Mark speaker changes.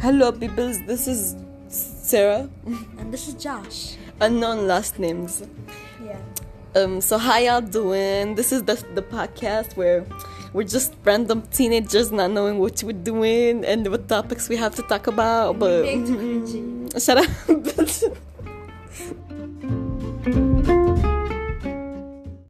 Speaker 1: Hello, peoples. This is Sarah,
Speaker 2: And this is Josh.
Speaker 1: unknown last names.
Speaker 2: Yeah.
Speaker 1: Um, so how y'all doing? This is the the podcast where we're just random teenagers not knowing what we're doing and what topics we have to talk about. But
Speaker 2: Big cringy.
Speaker 1: shut up.